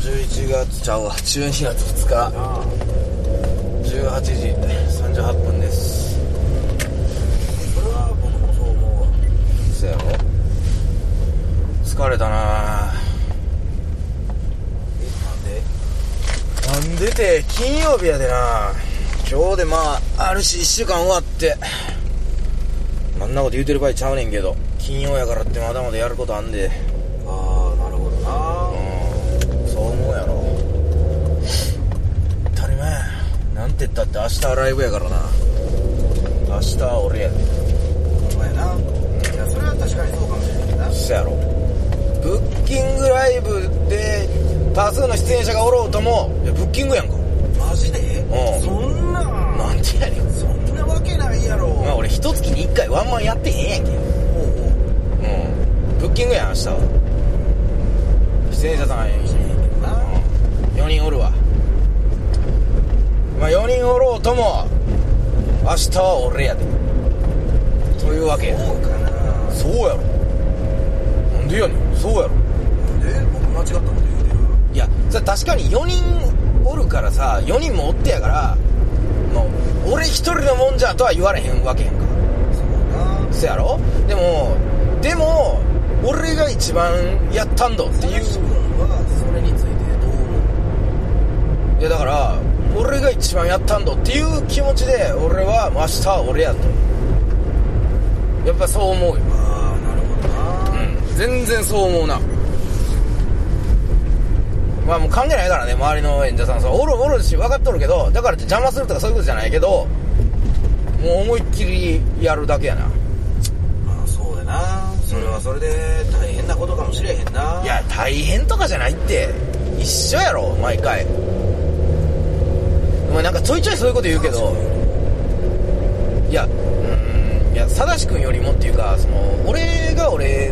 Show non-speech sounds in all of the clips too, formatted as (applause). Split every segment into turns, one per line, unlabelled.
ちゃうわ12月2日18時38分ですこれは僕もそう思うわそやろ疲れたなえなんでなんでて金曜日やでな今日でまああるし1週間終わってあんなこと言うてる場合ちゃうねんけど金曜やからってまだまだやることあんで
ああなるほどな
うんそう思うやろ当たり前やなんて言ったって明日ライブやからな明日は俺やで
お前ないやそれは確かにそうかもしれないな
そやろブッキングライブで多数の出演者がおろうともいやブッキングやんか
マジで
うん
そんな
なんてやねん
そんなわけないやろおう
まあ俺一月に一回ワンマンやってへんやんけ
おう
うんブッキングやん明日は出演者さん
な
4人おるわまあ4人おろうとも明日は俺やでというわけや
そうかな
そうやろなんでやねんそうやろ
え僕間違ったこと言うてる
いやそれ確かに4人おるからさ4人もおってやからもう俺一人のもんじゃとは言われへんわけやんか
そうな
そやろでもでも俺が一番やったんだってい
林
う
君はそれについてどう思う
いやだから俺が一番やったんだっていう気持ちで俺は明日は俺やとやっぱそう思うよ
ああなるほ
う
どなん
全然そう思うなまあもう関係ないからね周りの演者さんそうおるおるし分かっとるけどだからって邪魔するとかそういうことじゃないけどもう思いっきりやるだけやな
まあそうやなそれはそれで大変なことかもしれへんない
や大変とかじゃないって一緒やろ毎回お前なんかちょいちょいそういうこと言うけどいやうーんいや正しくんよりもっていうかその俺が俺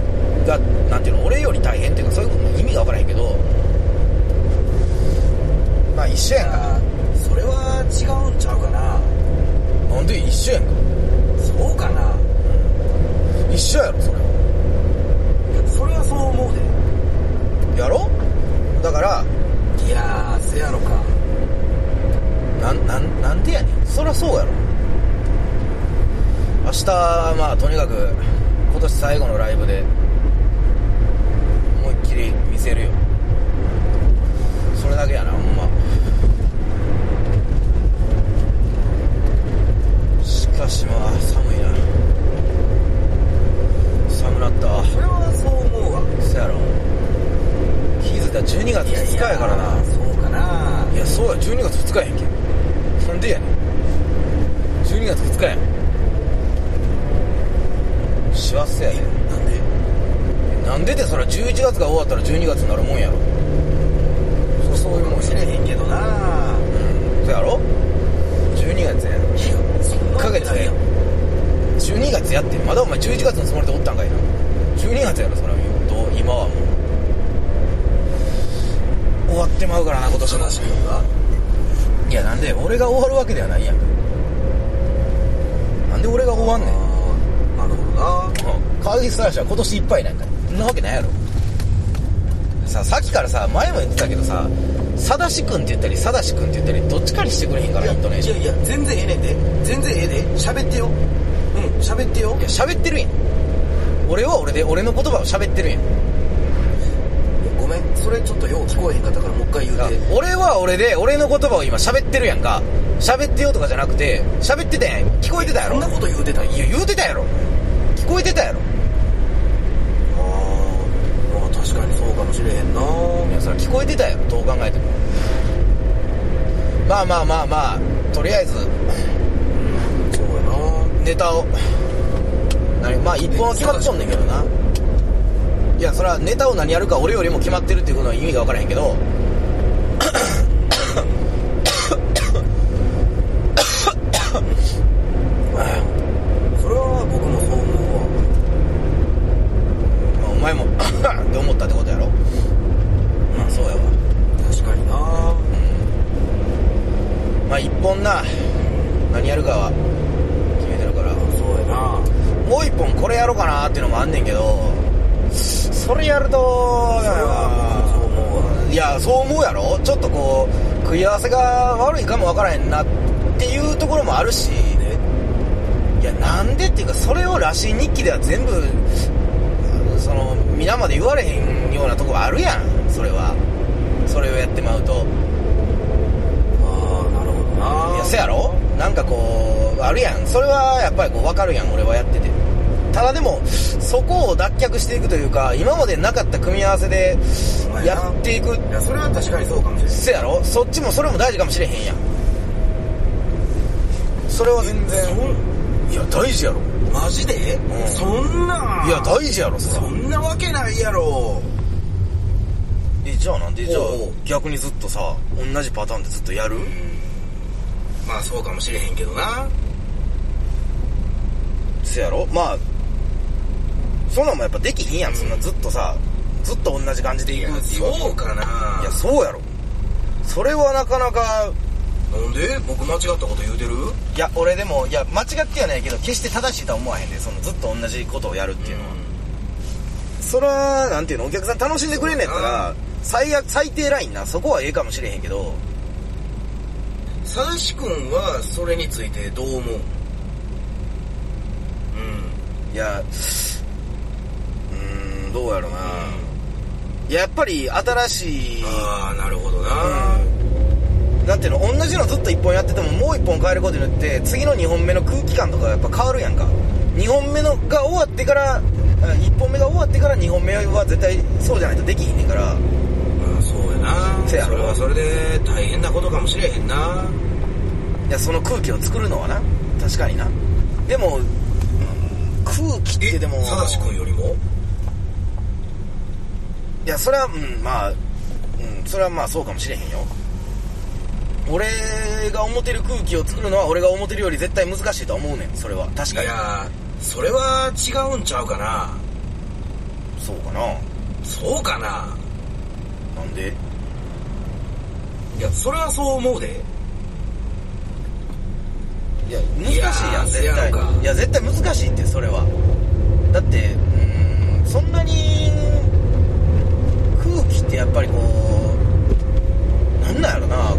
がなんていうの俺より大変っていうかそういうことの意味が分からへんけどまあ一緒やんか
あーそれは違うんちゃうかな
なんで一緒やんか
そうかな
一緒やろそれはい
やそれはそう思うで
やろだから
いやーせやろか
なんなんなんでやねんそりゃそうやろ明日まあとにかく今年最後のライブで思いっきり見せるよそれだけやなほんましかしまあ寒いな寒なったわ
それはそう思うわ
そやろ気づいたら12月2日やからな
そうかない
やそうや12月2日やんけなんでやねん12月2日やん幸せやで
なんで
なんででそら11月が終わったら12月になるもんやろそそういう
か
もん
もしれ
や
へんけどな
うんそやろ12月やん
1
1ヶ月で12月やってまだお前11月のつもりでおったんかいな12月やろそれは言うと今はもう終わってまうからな今年も
悲しみが
いやなんで俺が終わるわけではないやんなんで俺が終わんねん
なるほどな
川口さんは今年いっぱいなんかそんなわけないやろささっきからさ前も言ってたけどささだしくんって言ったりさだしくんって言ったりどっちかにしてくれへんか
い
ら
や
イントネー
い
ショ
や
ンい
いや全然ええねんで全然ええで喋ってようん喋ってよ
や喋ってるやん俺は俺で俺の言葉を喋ってるやん
ごめんそれちょっとよう聞こえへんかったからもう一回言うて
俺は俺で俺の言葉を今喋ってるやんか喋ってよとかじゃなくて喋ってたやん聞こえてたや
そ
ろ
んなこと言うてた
いや言うてたやろ聞こえてたやろ
あーまあ確かにそうかもしれへんない
やそれ聞こえてたよどう考えてもまあまあまあまあとりあえず
そうやな
ネタを何まあ一本は決まっとんねんけどないやそれはネタを何やるか俺よりも決まってるっていうことは意味が分からへんけど
それは僕もそう
ま
思うわ
あお前も (laughs) って思ったってことやろまあそうやわ
確かにな
まあ一本な何やるかは決めてるから
そうやな
もう一本これやろうかなっていうのもあんねんけどそれやると
それは僕もそう思うわ
いやそう思うやろちょっとこう食い合わせが悪いかもわからへんなっていうところもあるしいやなんでっていうかそれを羅針日記では全部その皆まで言われへんようなとこあるやんそれはそれをやってまうと
ああなるほどない
やせやろなんかこうあるやんそれはやっぱりこう分かるやん俺はやっててただでもそこを脱却していくというか今までなかった組み合わせで
まあ
やっていく
いやそれは確かにそうかもしれない
せやろそっちもそれも大事かもしれへんやんそれは全然いや大事やろ
マジで、
うん
そんない
いや大事やろそ
そ
ら
んなわけないやろ
えじゃあなんでじゃあ
おうおう
逆にずっとさ同じパターンでずっとやる
まあそうかもしれへんけどな
せやろまあそんなんもやっぱできひんやんそんなずっとさずっと同じ感じでい
い
く
や
っていうわけ
そうかない
やそうやろそれはなかなか
なんで僕間違ったこと言うてる
いや俺でもいや間違ってはないけど決して正しいとは思わへんでそのずっと同じことをやるっていうのは、それはなんていうのお客さん楽しんでくれんねやったら最悪最低ラインなそこはええかもしれへんけど
さだし君はそれについてどう思う
いやうーんどうやろな、いややっぱり新しい
うんああなるほどな、
なんていうの同じのずっと1本やっててももう1本変えることによって次の2本目の空気感とかがやっぱ変わるやんか2本目のが終わってから1本目が終わってから2本目は絶対そうじゃないとできひんねんから
まあそうやな
せやろ
それはそれで大変なことかもしれへんない
やその空気を作るのはな確かになでも空気ってでも
さだし君よりも
いやそれはうんまあうんそれはまあそうかもしれへんよ俺が思ってる空気を作るのは俺が思ってるより絶対難しいとは思うねんそれは確
い
かに
やそれは違うんちゃうかな
そうかな
そうかな
なんで
いやそれはそう思うで
いや難しいやん
い
絶対
やーせやろか
いや絶対難しいってそれはだってうーんそんなに空気ってやっぱりこうなんなんやろなこ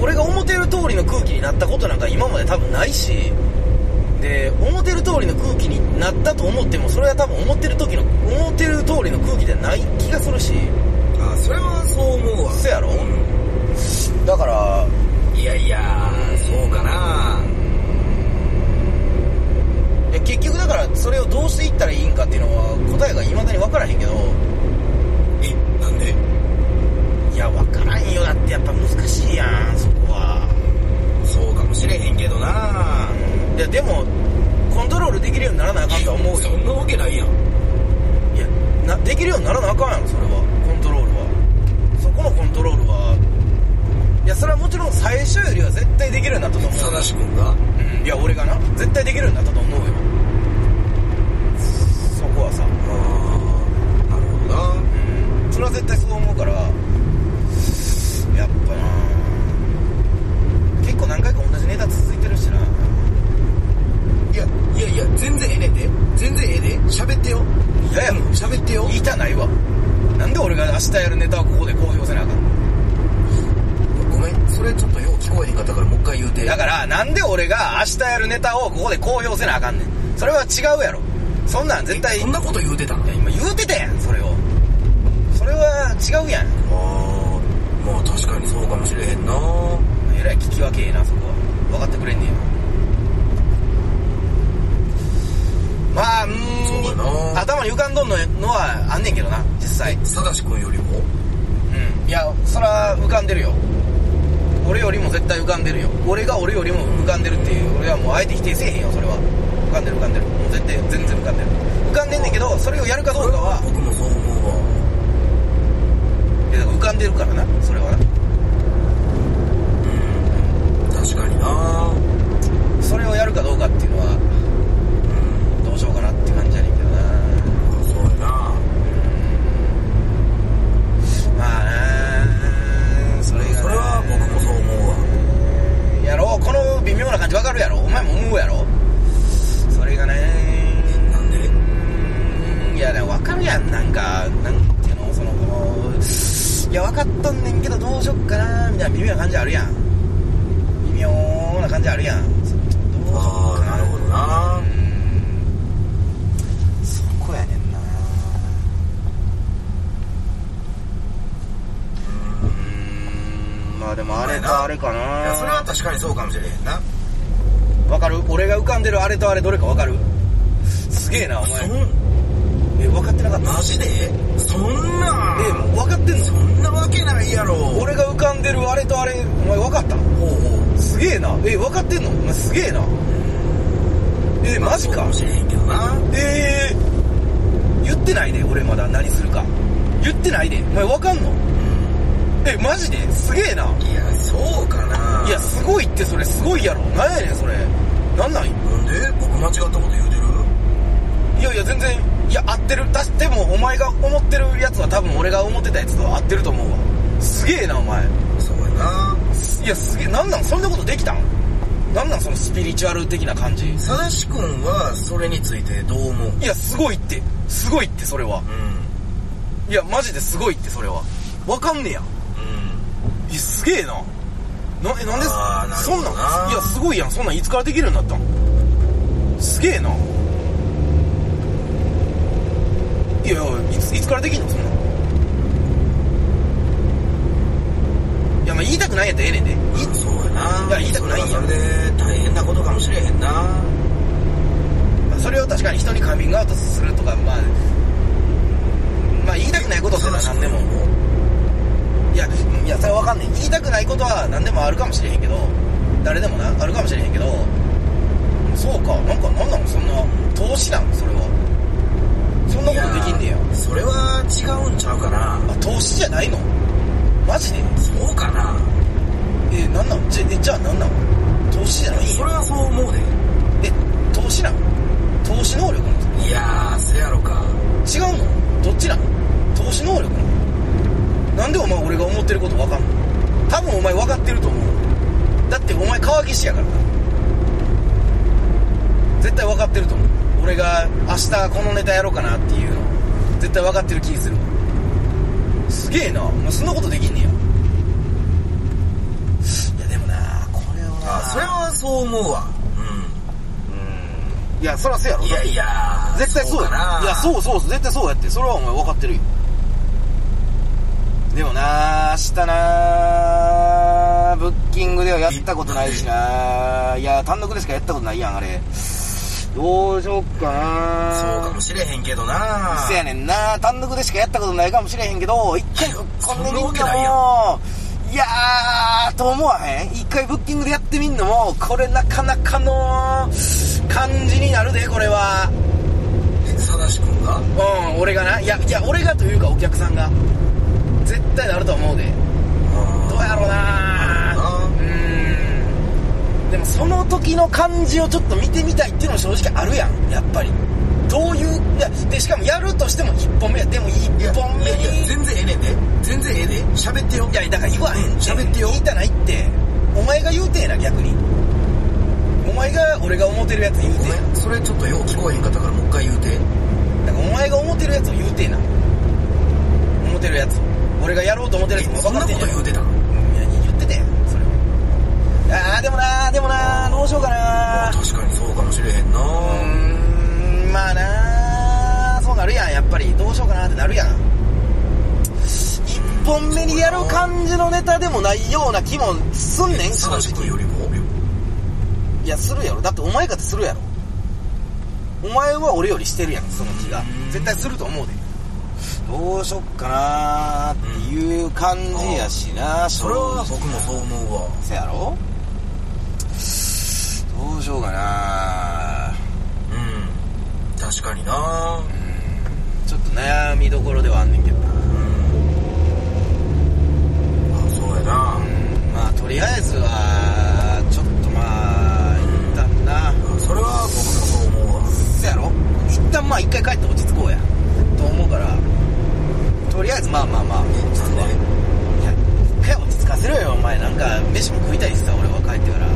う俺が思ってる通りの空気になったことなんか今まで多分ないしで思ってる通りの空気になったと思ってもそれは多分思ってる時の思ってる通りの空気じゃない気がするし
あそれはそう思うわ
そやろ
ん
だから
いやいやそうかない
や結局だからそれをどうしていったらいいんかっていうのは答えがいまだに分からへんけど
えなんで
いや分からんよだってやっぱ難しいやんそこは
そうかもしれへんけどない
やでもコントロールできるようにならなあかんとは思うよ
そんなわけないやん
いやなできるようにならなあかんやろそれはコントロールはそこのコントロールはいやそれはもちろん最初よりは絶対できるようになったと思う
さだし君が
うんいや俺がな絶対できるようになったと思うよそこはさ
ああなるほどな
それは絶対そう思うからやっぱな結構何回か同じネタ続いてるしない
やいやいや全然ええねんで全然ええで喋ってよ
いやいや
うん喋ってよ
言いたないわなんで俺が明日やるネタをここで公表せなあかん
ごめんそれちょっとよう聞こえへんかったからもう一回言うて
だからなんで俺が明日やるネタをここで公表せなあかんねんそれは違うやろそんなん絶対
そんなこと言うてたの
今言うてたやんそれをそれは違うやん
ああまあ確かにそうかもしれへんな
えらい聞き分けええなそこは分かってくれんねやまあう
そうや
ーん
な
頭に浮かんどんののはあんねんけどな実際
さだし君よりも
うんいやそら浮かんでるよ俺よりも絶対浮かんでるよ俺が俺よりも浮かんでるっていう俺はもうあえて否定せえへんよそれは浮かんでる浮かんでるもう絶対全然浮かんでる浮かんでんねんけどそれをやるかどうかは
僕もそう思うわ
いやだから浮かんでるからなそれはな
確かにな
それをやるかどうかっていうのはどうしようかなって感じやねんけどな
そうやな
まあねそれがね
それは僕もそう思うわ
やろこの微妙な感じわかるやろお前も思うやろそれがね
なんで
いやねわかるやんなんかなんていうのそのいや分かっとんねんけどどうしよっかなみたいな微妙な感じあるやん微妙な感じあるやんどうしよ
あ
っ
あ
かな
なるほどな
うんそこやねんなうんまあでもあれ
まあな
かあれか
いや
な
それは確かにそうかもしれへんな
わかる俺が浮かんでるあれとあれどれかわかるすげえなお前
そん
え分かってなかった
マジでそんな
えもう分かってんの
そんなわけないやろほう
俺が浮かんでるあれとあれお前分かった
ほう
すげえなえ分かってんのお前すげえなえマジ
そうか
か
もしれへんけどな
ええ言ってないで俺まだ何するか言ってないでお前分かんのえマジですげえない
やそうかないい
やすごいってそれすごいやろなんやねんそれなんなん
なんで僕間違ったこと言うてる
いやいや全然いや合ってるだしてもお前が思ってるやつは多分俺が思ってたやつと合ってると思うわすげえなお前
そうやない
やすげえなんなんそんなことできたんなんなんそのスピリチュアル的な感じい
さだし君はそれについてどう思う
やすごいってすごいってそれは
うん
いやマジですごいってそれはわかんねや
うん
いやすげえななえなんで
あーなる
そ
ほ
ん
ど
な
なん
いやすごいやんそんなんいつからできるようになったんすげえないやいやいついつからできんのそんなんいやまあ言いたくないやったらええねんで
そうやな
や
い
言いたくないんや
それはそれで大変なことかもしれへんな
まあそれを確かに人にカミングアウトするとかまあまあ言いたくないことってのは何でもいやいやそれは分かんない言いたくないことは何でもあるかもしれへんけど誰でもなあるかもしれへんけどそうかなんかなんなのそんな投資なんそれはそんなことできんねや
いやそれは違うんちゃうかな
あ投資じゃないのマジで
そうかな
えー、なんなのじゃえじゃあなんなの投資じゃないん
そ
や
れはそう思うで
え投資なの投資能力なの
いやーせやろか
違うのどっちなの投資能力なのなんでお前俺が思ってること分かんの多分お前分かってると思うだってお前川岸やからな絶対分かってると思う俺が明日このネタやろうかなっていうの絶対分かってる気するすげえなお前そんなことできんねやいやでもなこれは
あそれはそう思うわ
いやそらそうやろ
うんいやいや
絶対そうや
かな
ないやそうそう絶対そうやってそれはお前分かってるよでもな明日なブッキングではやったことないしないや単独でしかやったことないやんあれどうしよっかな
そうかもしれへんけどな
せやねんな単独でしかやったことないかもしれへんけど一回ぶっこんでみんのも
そんなわけないや
いやーと思わへん一回ブッキングでやってみんのもこれなかなかの感じになるでこれは
さだし君が
うん俺がないやいや俺がというかお客さんが絶対なると思うでどうやろうな
な
うんでもその時の感じをちょっと見てみたいっていうのも正直あるやんやっぱりどういういやでしかもやるとしても1本目やでも1本目
いやい
に
や全然ええねんで全然ええで喋ってよ
いやだから言わへんって
喋ってよ
言いたないってお前が言うてえな逆にお前が俺が思ってるやつ言う
ご
てえ
めんそれちょっとよう聞こえへんかったからもう一回言うて
なだからお前が思ってるやつを言うてえな思ってるやつ俺がやろうと思ってるやつも
え
分
そん
か
な
っ
こ
てん
と
じゃん
言うてた
いや言ってたやんそれはあーでもなでもなどうしようかな
確かにそうかもしれへんな
うーんまあなそうなるやんやっぱりどうしようかなってなるやん1本目にやる感じのネタでもないような気もすんねん
さだし君よりも
いやするやろだってお前かってするやろお前は俺よりしてるやんその気が絶対すると思うでどうしよっかなーっていう感じやしな
それは僕もそう思うわ
せやろどうしようかな
うん確かにな
ちょっと悩みどころではあんねんけどな
あそうやな
まあとりあえずはちょっとまあ一旦な
それは僕もそう思うわ
せやろ一旦まあ一回帰って落ち着こうやと思うからとりあえずまあまあまあ落ち着くわいや一回落ち着かせろよお前なんか飯も食いたいしさ俺は帰ってから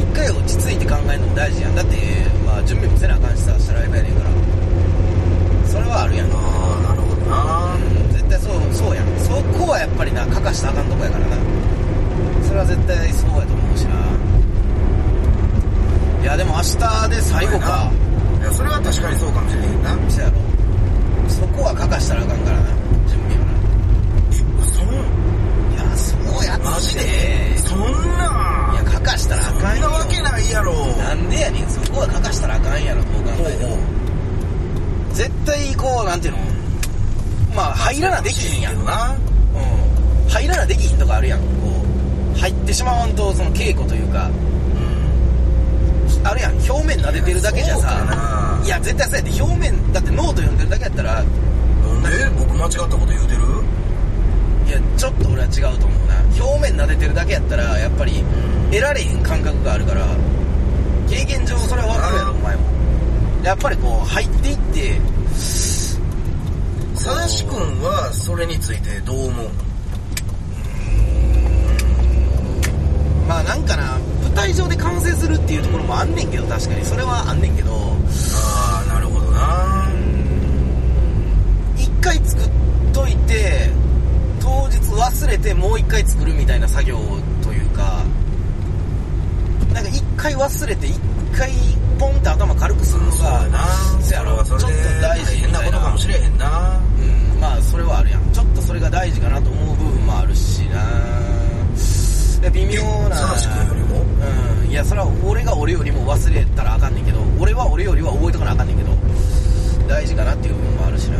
一回落ち着いて考えるのも大事やんだってまあ準備もせなあかんしさしたライブやねんからそれはあるやん
ああなるほどな
うん絶対そうそうやんそこはやっぱりなかかしたらあかんとこやからなそれは絶対そうやと思うしないやでも明日で最後か
いやそれは確かにそうかもしれへんな
そやろそこはかかしたらあかんからな準備は
そ
ないやそうやって
マジでそんない
やかかしたらあ
そん
かんよ
なわけないやろ
なんでやねんそこはかかしたらあかんやろどう考
ほう
えても
ほう
絶対こうなんていうのまあ入らなできひんやん
けどな
うん入らなできひんとかあるやんこう入ってしまわんとその稽古というかあるやん表面撫でてるだけじゃ
そうか
さ
ない
や絶対そうやって表面だってノート読んでるだけやったらい
え僕間違ったこと言うてる
やちょっと俺は違うと思うな表面撫でてるだけやったらやっぱり得られへん感覚があるから経験上それは分かるやろお前もやっぱりこう入っていって
さだし君はそれについてどう思う
まあなんかな舞台上で完成するっていうところもあんねんけど確かにそれはあんねんけど
ああなるほどな
一回作っといて当日忘れてもう一回作るみたいな作業というかなんか一回忘れて一回ポンって頭軽くするの
そう
が
やな
そやろ
それはそれで
ちょっと大事
変なことかもしれへんな
うんまあそれはあるやんちょっとそれが大事かなと思う部分もあるしなで微妙な
さだし君よりも
うんいやそれは俺が俺よりも忘れたらあかんねんけど俺は俺よりは覚えとかなあかんねんけど大事かなっていう部分もあるしな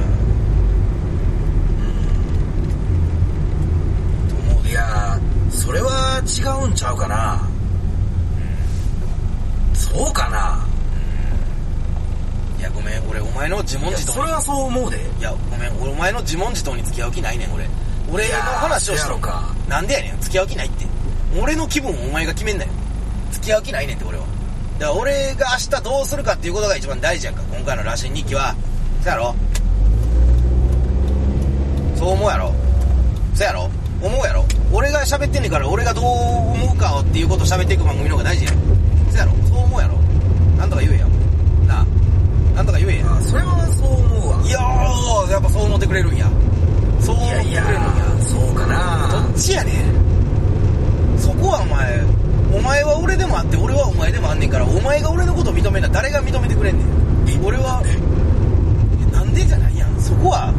と思う
い
で
やーそれは違うんちゃうかなそうかない
やごめん俺お前の自問
いや
自
それ
答
はそう思うで
いやごめん俺お前の自問自答に付き合う気ないねん俺俺
い
の
やー
話をし
そ
た
やろか
なんでやねん付き合う気ないって俺の気分をお前が決めんなよ付き合う気ないねんって俺はだから俺が明日どうするかっていうことが一番大事やんか今回の羅針日記はそやろそう思うやろそやろ思うやろ俺が喋ってんねんから俺がどう思うかっていうことを喋っていく番組の方が大事やんそやろそう思うやろなんとか言えやなあなんとか言えや
あそれはそう思うわ
いやーやっぱそう思ってくれるんやそう思ってくれるんや
そうか
ど
な
っちやねんそこはお前お前は俺でもあって俺はお前でもあんねんからお前が俺のこと認めな誰が認めてくれんねん俺はえなんでじゃないやんそこは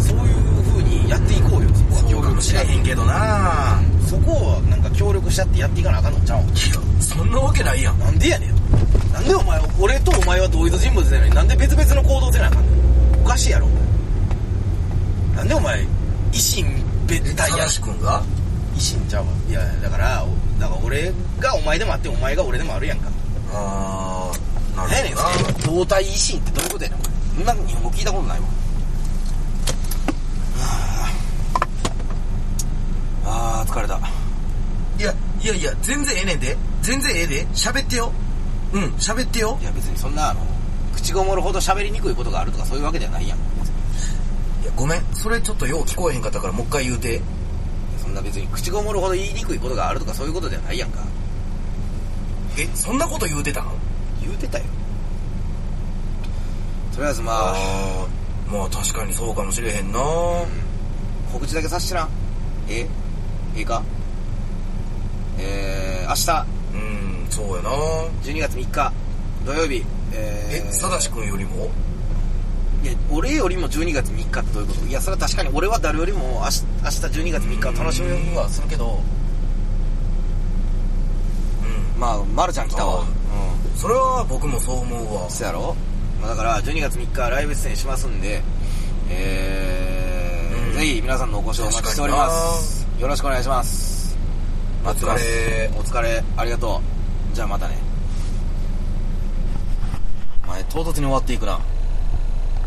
そういう風にやっていこうよそこは
そう
協
かも
力し
し
な
れ
い
へんけどな
そこはなんか協力しちゃってやっていかなあかんのちゃうん
いやそんなわけないやん
なんでやねんなんでお前俺とお前は同一人物じゃないなんで別々の行動せなあかんねんおかしいやろお前なんでお前維新別体や
正
し
し君が
維新ちゃうわいやだからおだから俺がお前でもあってお前が俺でもあるやんか
ああな
何やねんそれ動体維新ってどういうことやねんお前そんな日本語聞いたことないわはああー疲れた
いやいやいや全然ええねんで全然ええで喋ってようん喋ってよ
いや別にそんなあの口ごもるほど喋りにくいことがあるとかそういうわけじゃないやん
いやごめんそれちょっとよう聞こえへんかったからもう一回言うて
そんな別に口ごもるほど言いにくいことがあるとかそういうことじゃないやんか
えそんなこと言うてたの
言うてたよとりあえずまあ
ああまあ確かにそうかもしれへんな
告知だけさしてなえええかえー、明
うんそうやな
日12月3日土曜日え
え
ー、
さだし君よりも
いや俺よりも12月3日ってどういうこといやそれは確かに俺は誰よりも明日明日12月3日を楽しみはするけど
うん
まあまるちゃん来たわ
あ
う
それは僕もそう思うわ
んそやろ、まあ、だから12月3日ライブ出演しますんでえー
うん
ぜひ皆さんのお越しをお待ちしておりますよろしくお願いします待ってます
お疲れ
お疲れありがとうじゃあまたねお前唐突に終わっていくな